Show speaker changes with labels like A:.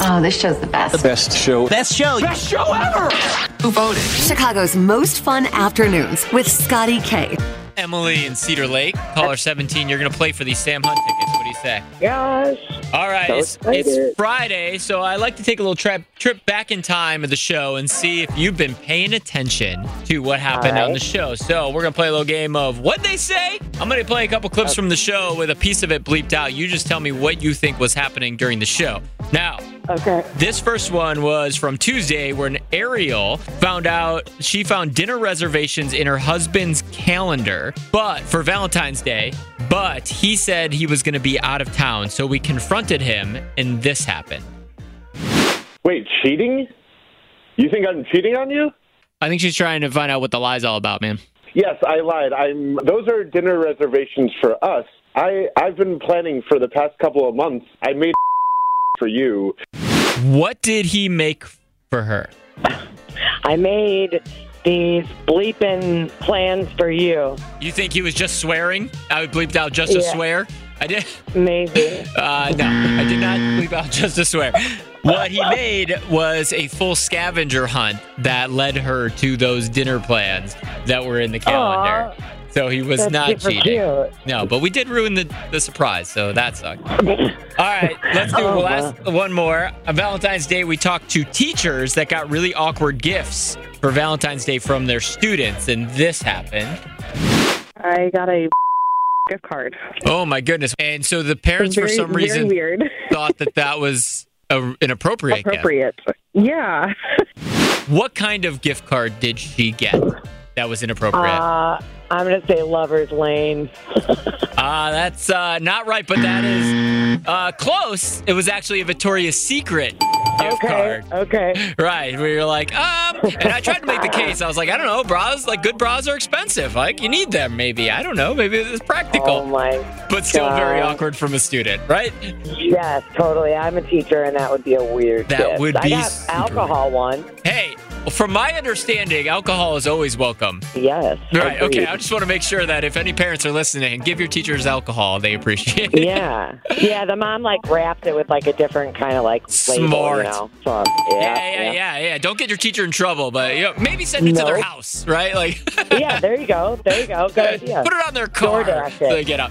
A: Oh, this show's the best.
B: Best show.
C: Best show.
D: Best show ever!
C: Who voted?
E: Chicago's most fun afternoons with Scotty K.
C: Emily in Cedar Lake, caller 17. You're going to play for these Sam Hunt tickets. What do you say?
F: Gosh.
C: All right,
F: So
C: it's,
F: excited.
C: it's Friday, so I like to take a little trip trip back in time of the show and see if you've been paying attention to what happened on
F: right.
C: the show. So we're gonna play a little game of what they say. I'm gonna play a couple clips from the show with a piece of it bleeped out. You just tell me what you think was happening during the show. Now,
F: Okay.
C: this first one was from Tuesday when Ariel found out she found dinner reservations in her husband's calendar, but for Valentine's Day, but he said he was going to be out of town. So we confronted him and this happened.
D: Wait, cheating? You think I'm cheating on you?
C: I think she's trying to find out what the lie's all about, man.
D: Yes, I lied. I'm. Those are dinner reservations for us. I I've been planning for the past couple of months. I made for you.
C: What did he make for her?
F: I made these bleeping plans for you.
C: You think he was just swearing? I bleeped out just a
F: Yeah.
C: swear. I did.
F: Maybe.
C: Uh, no, I did not leave out just to swear. What he made was a full scavenger hunt that led her to those dinner plans that were in the calendar. so he was
F: that's
C: not
F: super
C: cheating.
F: cute.
C: No, but we did ruin the, the surprise, so that sucked. All right, let's do
F: Oh,
C: last one more. On Valentine's Day, we talked to teachers that got really awkward gifts for Valentine's Day from their students, and this happened.
G: I got a gift card.
C: Oh my goodness! And so the parents, for
G: Very-
C: some
G: very
C: reason,
G: weird.
C: thought that that was a, an appropriate gift.
G: Appropriate. Yeah.
C: What kind of gift card did she get that was inappropriate?
F: Uh, I'm going to say Lover's Lane.
C: Ah, that's uh, not right, but that is uh, close. It was actually a Victoria's Secret gift
F: Okay.
C: card.
F: Okay.
C: Right, we were like, um, and I tried to make the case. I was like, I don't know, bras, like good bras are expensive. Like, you need them, maybe. I don't know, maybe it's
F: Oh,
C: practical,
F: my.
C: but still very
F: God.
C: awkward from a student, right?
F: Yes, totally. I'm a teacher, and that would be a weird
C: That
F: gift.
C: would
F: I
C: be
F: got
C: super
F: alcohol one.
C: Hey, from my understanding, alcohol is always welcome.
F: Yes.
C: Right, okay.
F: agreed.
C: I just want to make sure that if any parents are listening, give your teachers alcohol. They appreciate it.
F: yeah. Yeah, the mom, like, wrapped it with, like, a different kind of, like, label,
C: Smart.
F: you know? So,
C: Yeah,
F: yeah,
C: yeah, yeah, yeah, Don't get your teacher in trouble, but you know, maybe send it to their
F: Nope.
C: house, right? Like,
F: yeah. Yeah, there you go. There you go. Good idea.
C: put it on their car.
F: DoorDash
C: So
F: it.
C: they get out.